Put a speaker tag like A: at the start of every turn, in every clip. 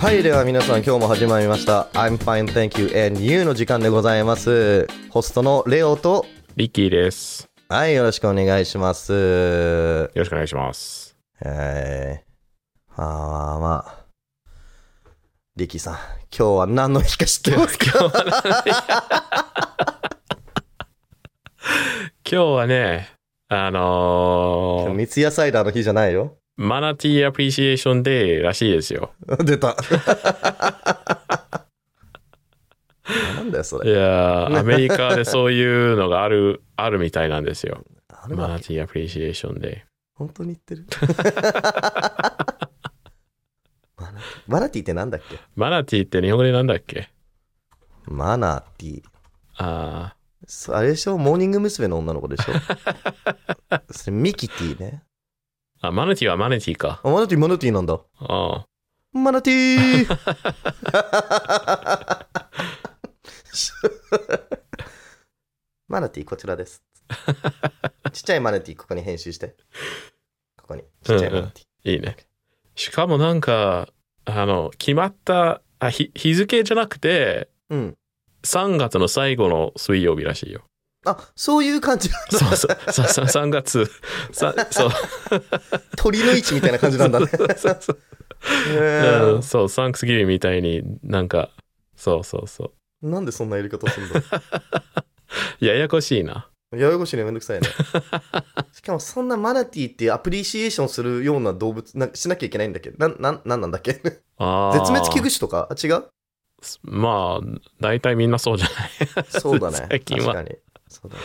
A: はいでは皆さん今日も始まりました「I'm fine thank you and you」の時間でございますホストのレオと
B: リッキーです。
A: はいよろしくお願いします
B: よろしくお願いします。
A: えー、あーまあリキさん今日は何の日か知ってます か
B: 今日はね、あのー、
A: 三ツ矢サイダーの日じゃないよ
B: マナティーアプリシエーションデーらしいですよ。
A: 出たなんだよそ
B: い
A: れ
B: やー、アメリカでそういうのがある、あるみたいなんですよ。
A: あれ
B: マ
A: は
B: ナティーアプリシエーションデ
A: 本当に言ってる マナティマナティってなんだっけ
B: ー。マナティーって日本語でなんだっけ
A: マナティ
B: あ
A: そあれでしょモーニング娘。の女の子でしょそれミキティね。
B: ーあ、マナティーはマナティーか。
A: あマナティマナティなんだ。
B: あ
A: マナティーマナティこちらです。ちっちゃいマナティここに編集して。ここに。ちっちゃいマナティ。
B: ーいいね。しかもなんか、あの、決まった、あ日日付じゃなくて、
A: うん。
B: 3月の最後の水曜日らしいよ。
A: あ、そういう感じなんだ。
B: そうそう、ささ3月、さそう、
A: 鳥の位置みたいな感じなんだね。
B: そうそう
A: へー
B: うんそう、サンクスギビンみたいになんか、そうそうそう。
A: なんでそんなやり方するんだ
B: ややこしいな。
A: ややこしいねめんどくさ いねしかもそんなマナティーっていうアプリシエーションするような動物なんかしなきゃいけないんだっけなんなんなんなんだっけ絶
B: あー
A: 滅危惧種とかあ違う
B: まあ、大体みんなそうじゃない。
A: そうだね
B: 最近
A: 確
B: は
A: かにそうだね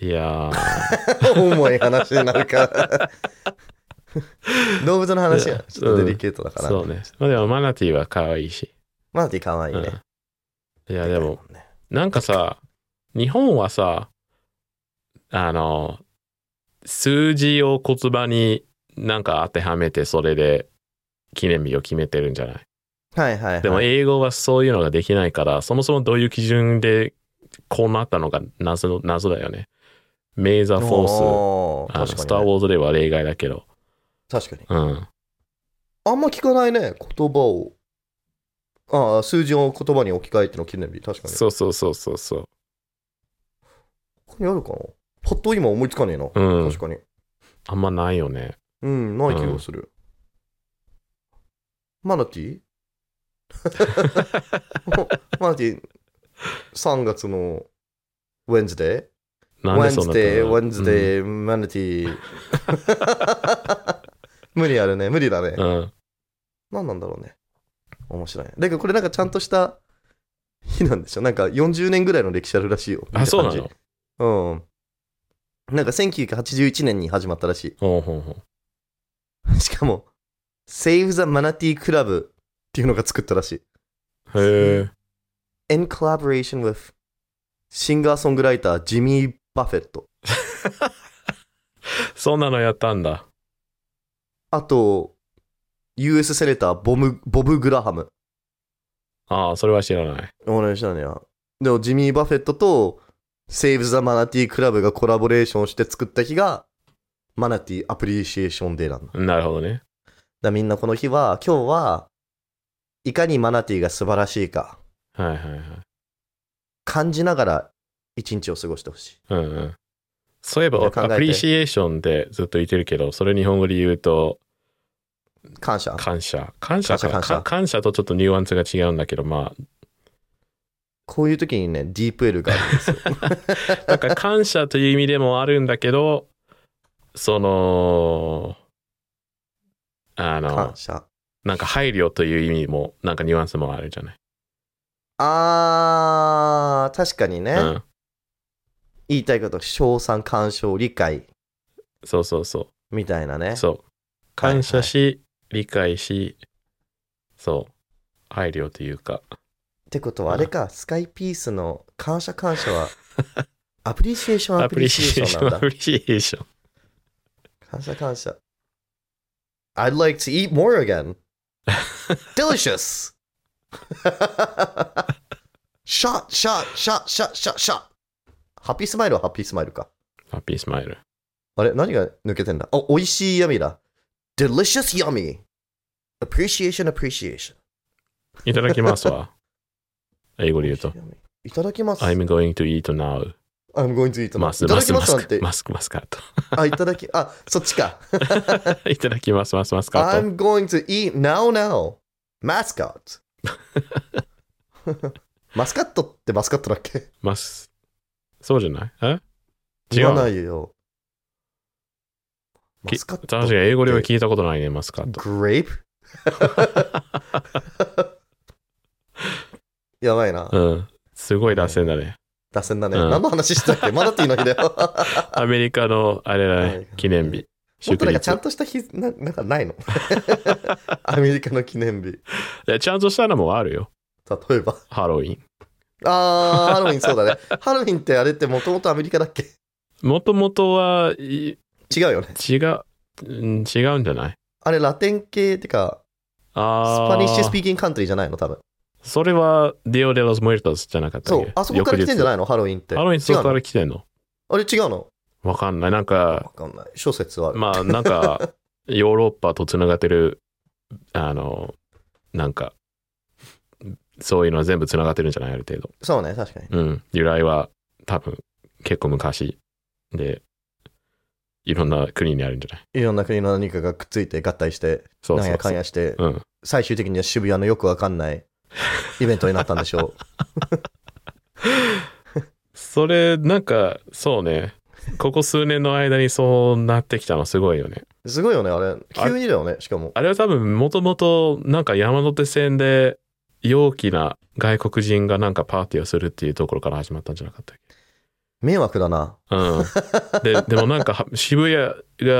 B: いや
A: 重い話になるから 動物の話はちょっとデリケートだか
B: ー、
A: ら、
B: そうね。まあでも、マナティーは可愛いし。
A: マナティーかわいいね、
B: うんいや、
A: で
B: で
A: かい
B: も、
A: んね
B: なんかさ、日本はさ、あの、数字を言葉になんか当てはめて、それで記念日を決めてるんじゃない
A: はいはい、はい、
B: でも英語はそういうのができないから、そもそもどういう基準でこうなったのか謎の謎だよね。メイザー・フォース。
A: おー
B: あのス
A: 確
B: ター・
A: か
B: ウ
A: に、ね、
B: ォーズでは例外だけど。
A: 確かに
B: うん。
A: あんま聞かないね言葉をああ数字を言葉に置き換えての記念日確かに
B: そうそうそうそうそ
A: ここにあるかなパッと今思いつかねえな、
B: う。うん
A: 確。かに
B: あんまないよね。
A: うんない気がする、マナテ ィーマナティー3月の Wednesday
B: なんでそうなった
A: Wednesday
B: の
A: Wednesday、マナティ ー無理あるね無理だね、
B: うん。うん
A: 何なんだろうね面白いねだけどこれなんかちゃんとした日なんでしょなんか40年ぐらいの歴史あるらしいよ
B: あ、そうな
A: みたい
B: の
A: 感じうんなんか1981年に始まったらしい
B: ほうほうほ う。
A: しかも、Save the Manatee Club っていうのが作ったらしい。
B: へえ。
A: In collaboration with シンガーソングライター、ジミー・バフェット。
B: そんなのやったんだ。
A: あと、US セネター、ボムボブ・グラハム。
B: ああ、それは知らない。
A: お願いしたのや。でも、ジミー・バフェットと Save the Manatee Club がコラボレーションして作った日が、マナティアプリシエーションデーなんだ。だか
B: なるほどね。
A: らみんなこの日は、今日は、いかにマナティが素晴らしいか、
B: はいはいはい。
A: 感じながら一日を過ごしてほしい。
B: うんうん。そういえば、
A: じゃ
B: ア
A: あ考えて
B: プリシエーションでずっと言ってるけど、それ日本語で言うと、
A: 感謝。
B: 感謝感謝
A: 感謝
B: か
A: 感
B: 感
A: 謝
B: 謝感謝とちょっとニュアンスが違うんだけどま
A: こういう時にね、ディープエルがあるん ですよ。
B: あなんか感謝という意味でもあるんだけどそのあ
A: 感
B: の
A: 謝。
B: なんか配慮という意味もなんかニュアンスもあるじゃない、
A: あー、確かにね。
B: うん、
A: 言いたいこと、称賛、干渉、理解
B: そうそうそ
A: みたいなね
B: う。そう感謝し、理解しそう配慮というか
A: ってことは、あれか、スカイピースの感謝感謝 は、アプリシエーション、ア
B: ア
A: プ
B: プリ
A: リシ
B: シ
A: エー
B: エー
A: シ
B: シ
A: ョ
B: ョ
A: ン
B: ン
A: な
B: ア
A: んだ
B: プ。リシエーション
A: 感謝感謝。I'd like to eat more again. Delicious! shot, shot, shot, shot, shot, shot. ハッピースマイルはハッピースマイルか。
B: ハッピースマイル
A: あれ何が抜けてんだあ、美味しい闇だ。delicious yummy。 appreciation, appreciation.
B: いただきます わ。英語で言うと。
A: いただきます。I'm,
B: I'm going to eat now.
A: going to eat.
B: マス、
A: いた
B: マ
A: だき
B: ス、
A: ま
B: マ
A: すなん
B: ス
A: て
B: ク、。マスク、マスカット。
A: あ、いただき、あ、そっちか。
B: いただきます、マス、マスカット。
A: I'm going to eat now now. マスカ ット。マスカットってマスカットだっけ
B: マス。そうじゃないえ違
A: 言わな
B: う。
A: いよ。マ
B: き
A: スカッ
B: 確
A: ト
B: か。に英語では聞いたことないね、マスカット。
A: グ レープやばいな。
B: うん。すごい脱線だね。
A: 打線だね。
B: うん
A: 何の話してたっけマナテ ィーの 日だよ。
B: アメリカの、あれだ
A: は
B: ね
A: い、
B: 記念日。
A: もっと
B: 祝
A: なん
B: 日
A: か。ちゃんとした日、ななんかないの アメリカの記念日。
B: いやちゃんとしたのもあるよ。
A: 例えば。
B: ハロウィン。
A: あー、ハロウィンそうだね。ハロウィンってあれってもともとアメリカだっけ
B: もともとは、い
A: 違うよね。
B: 違う、うん違うんじゃない
A: あれラテン系ってか、ス
B: あ
A: パニッシュスピ
B: ー
A: ーキングカントリーじゃないの多分。
B: それは、ディオ・デロス・ムエルタスじゃなかったっ
A: そ
B: け
A: う、あそこから来てんじゃ
B: い
A: ないのハロウィンって。
B: ハロウィンそ
A: 違
B: こか
A: うの
B: ら来てんの
A: あれ違うの
B: わかんない。なんか
A: わ、かんない。諸説はある。
B: まあ、なんか、 ヨーロッパとつながってる、あの、なんか、そういうのは全部つながってるんじゃないある程度。
A: そうね、確かに。
B: うん。由来は多分、結構昔で、いろんな国にあるんじゃない
A: いろんな国の何かがくっついて合体して、
B: そう
A: なん
B: そ
A: や
B: う
A: か
B: そ
A: ん
B: う。
A: やして、
B: うん。
A: 最終的には渋谷のよくわかんないイベントになったんでしょ
B: それ、なんか、そうね。ここ数年の間にそうなってきたのすごいよね。
A: う。すごいよね、あれ。急にだよね、しかも。
B: あれは多分もともとなんか山手線で陽気な外国人がなんかパーティーをするっていうところから始まったんじゃなかったっ
A: 迷惑だな。
B: けうん。で、 でもなんかは渋谷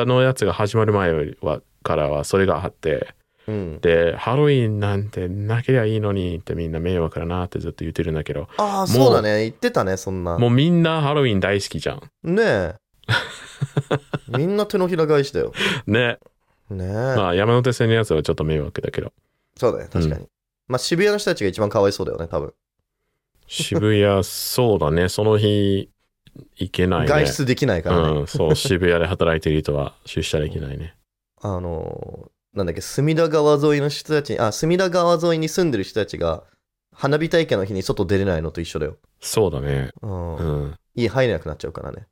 B: のやつが始まる前はからはそれがあって、
A: うん。
B: で、ハロウィンなんてなけりゃいいのにってみんな迷惑だなってずっと言ってるんだけど、
A: ああ、
B: もう
A: そうだね。言ってたね、そんな。
B: もうみんなハロウィン大好きじゃん。
A: ねえ。みんな手のひら返しだよ。
B: ね。
A: ねえ。
B: まあ山手線のやつはちょっと迷惑だけど、
A: そうだね、確かに。まあ、渋谷の人たちが一番かわいそうだよね、多分。
B: 渋谷、そうだね、その日行けないね。
A: 外出できないからね。
B: うん、そう、渋谷で働いている人は出社できないね。
A: あのー、なんだっけ、隅田川沿いの人たちに、あ、隅田川沿いに住んでる人たちが、花火大会の日に外出れないのと一緒だよ。
B: そうだね。
A: うん。
B: うん。
A: 家入れなくなっちゃうからね。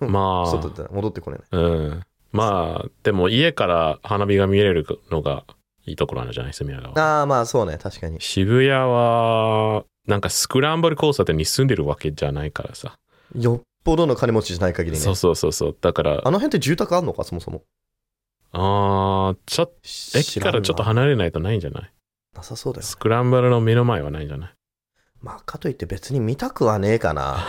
B: ま
A: 外
B: あ、
A: 出たら戻ってこれない。
B: うん。まあ、でも家から花火が見れるのがいいところなんじゃない隅田川。
A: ああ、まあそうね、確かに。
B: 渋谷は、なんかスクランブル交差点に住んでるわけじゃないからさ。
A: よっぽどの金持ちじゃない限りね。
B: そうそうそうそう。だから、
A: あの辺って住宅あんのか、そもそも。
B: あーちょっと、駅からちょっ
A: な
B: と離れないとないんじゃない
A: なさそうだよ。
B: スクランブルの目の前はないんじゃない
A: まあ、かといって別に見たくはねえか な。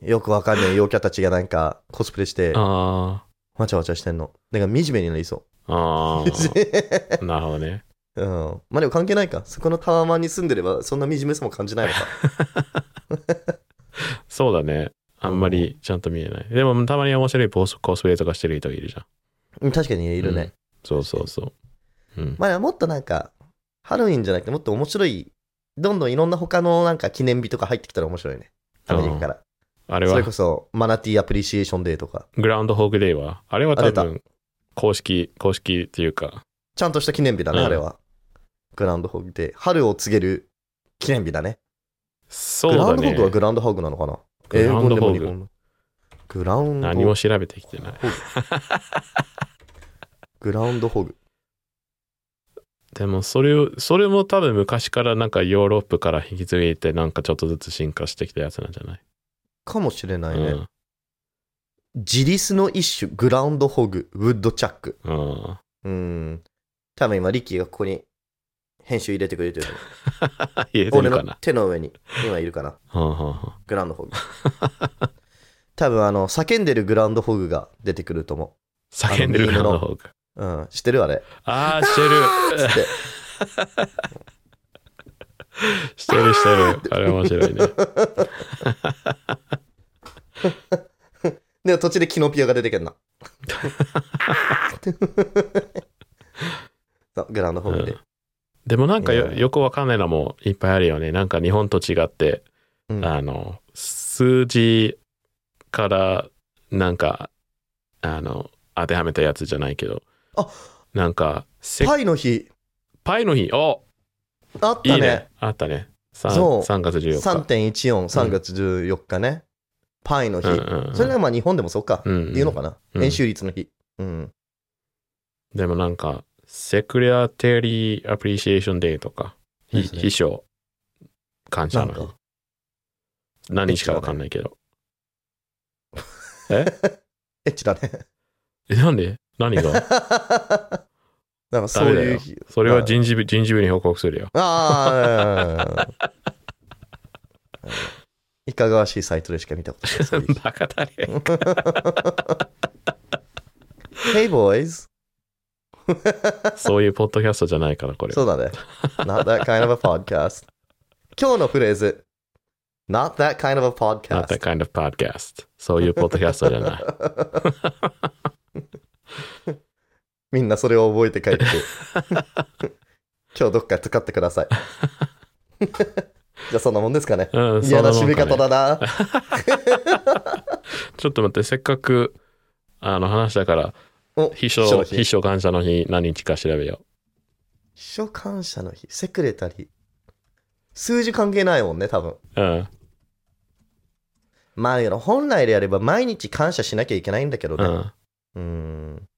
A: よくわかんねえ陽キャたちがなんかコスプレして、
B: あ
A: わちゃわちゃしてんの。だから惨めになりそ
B: ーあ
A: う。
B: ー なるほどね。
A: うん。まあでも関係ないか。そこのタワマンに住んでれば、そんな惨めさも感じないのか。
B: そうだね。あんまりちゃんと見えない。でも、たまに面白いポスコスプレとかしてる人いるじゃん。
A: うん確かにいるね。
B: うんそうそうそう。うん。
A: まあでももっとなんか、ハロウィンじゃなくてもっと面白い、どんどんいろんな他のなんか記念日とか入ってきたら面白いね。アメリカから。
B: あれ
A: そ
B: は
A: れこ、そ、マナティーアプリシエーションデーとか、
B: グラウンドホーグデイは、あれは多
A: あ
B: 分、公式、公式っていうか、
A: ちゃんとした記念日だね、
B: うん
A: あれは。グラウンドホグで、春を告げる記念日だね。
B: そう
A: グラウ
B: だ
A: ンドホ
B: ね。
A: グはグラウンドホグなのかな
B: グラウンドホグ
A: 英語でも日本のグラウンド
B: 何も調べてきてない。
A: グラウンドホグ。
B: でも、それを、それも多分昔からなんかヨーロッパから引き継いで、なんかちょっとずつ進化してきたやつなんじゃない、
A: かもしれないうね。
B: ん。
A: 自リスの一種、グラウンドホグ、ウッドチャック。
B: うん。
A: うん。多分今、リッキーがここに編集入れてくれてると思う。
B: 言えて
A: 俺
B: るか
A: の
B: な。
A: 手の上に今いるかな。
B: はんはんはん
A: グラウンドホ グ。多分あの、叫んでるグラウンドホグが出てくると思
B: 叫んでるグラウンドホーグ。
A: う。うん。知ってるあれ。
B: あー、してる。
A: つって。
B: してる してる。あれ面白いね。
A: で、途中でキノピオが出て くるな。そうグラウンドホグで。
B: でもなんかよ
A: いや
B: よくわかんないのもいっぱいあるよね。なんか日本と違って、
A: うん
B: あの、数字からなんか、あの、当てはめたやつじゃないけど、なんか、せ
A: パイの日、
B: パイの日、お
A: あった
B: いい
A: ね
B: ね。。あったね。さん
A: そう
B: 3月14日。
A: 3.14、3月14日ね。パイの日
B: うん。うんうん
A: それがまあ日本でもそうか。
B: うんうん
A: っていうのかな。
B: うん
A: 円周率の日。うん。
B: でもなんか、セクレアテリーアプリシエーションデーとか、ひ
A: ですね
B: 秘書、感謝の
A: なん
B: 日
A: か。
B: 何日かわかんないけど。え
A: エッチだね。
B: え なんで何が
A: なんか そういう日。
B: それは人事部、人事部に報告するよ。
A: ああ。いかがわしいサイトでしか見たことない そういう日。
B: バカだね。
A: hey boys!
B: そういうポッドキャストじゃないから、これは。
A: そうだね。Not that kind of a podcast. 今日のフレーズ。Not that kind of a
B: Not
A: podcast.
B: that kind of podcast. そういうポッドキャストじ ゃない。
A: みんなそれを覚えて 帰って。今日どっか使ってくださ い。じゃあそんなもんですかね。
B: うん、
A: 嫌な
B: そ
A: 締
B: ん
A: め
B: もんかね
A: 方だな。
B: ちょっと待って、せっかく、あの、話だから、
A: お
B: 秘
A: 秘書の
B: 書、
A: 日
B: 秘書感謝の日、何日か調べよ
A: 秘書感謝の日、セクレタリー。数字関係ないもんね、多分。
B: う。うん。
A: まあ、けど本来であれば毎日感謝しなきゃいけないんだけど
B: う
A: ね。
B: ん。
A: うーん。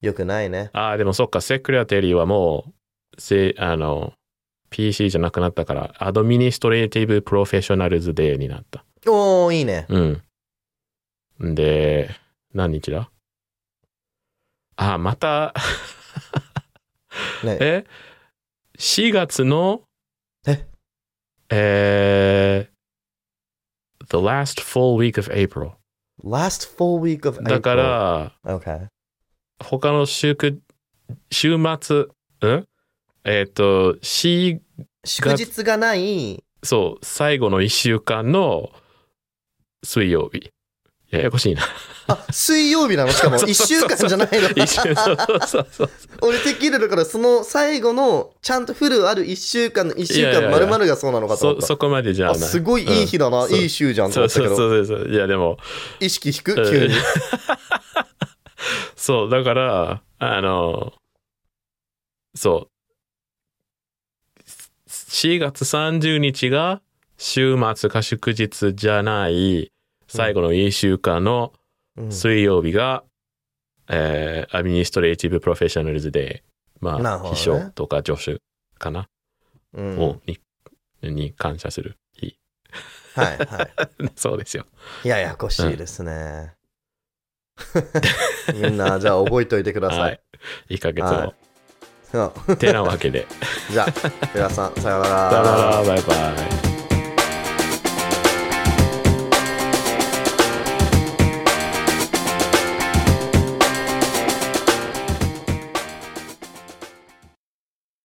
A: よくないね。
B: ああ、でもそっか、セクレタリーはもう、せ、あの、PC じゃなくなったから、アドミニストレーティブプロフェッショナルズデーになった。
A: おー、いいね。
B: うん。んで、何日だあー、また、
A: ね
B: え ?4 月の、
A: え
B: えー the last full week of April.
A: Last full week of April.
B: だか、ら、
A: okay.
B: 他の週く、週末、んえっ、と、4
A: 祝日がない、
B: そう、最後の1週間の水曜日。ややこし いな。
A: あ、水曜日なのしかも、
B: そう
A: 1週間じゃないの。
B: 一週、そうそうそうそう。
A: 俺てっきりだから、その最後の、ちゃんとフルある1週間の1週
B: いやいやい
A: 間丸
B: や
A: 々がそうなのかと思
B: そ、
A: った。
B: そこまでじゃ
A: あ
B: ない。
A: すごいいい日だな、
B: うんそう
A: いい週じゃんと
B: そ
A: 思
B: う
A: った
B: そ
A: け
B: う
A: ど、
B: そうそう。いや、でも、
A: 意識引
B: う
A: く
B: ん
A: 急 に。
B: そう、だから、あの、そう。4月30日が週末か祝日じゃない最後の1週間の
A: うん
B: 水曜日が、えーアミニストレーティブプロフェッショナルズデー。ま
A: な
B: あ、
A: るほどね
B: 秘書とか助手かな。
A: うん
B: をに,、に感謝する日
A: はいは
B: そうですよ
A: い。ややこしいですね。 みんな、じゃあ覚えておいてくださ
B: はいい。1ヶ月
A: は
B: 後
A: うん
B: てなわけで
A: じゃあ、皆さん、さような
B: さよな
A: ら
B: ら。バイバイ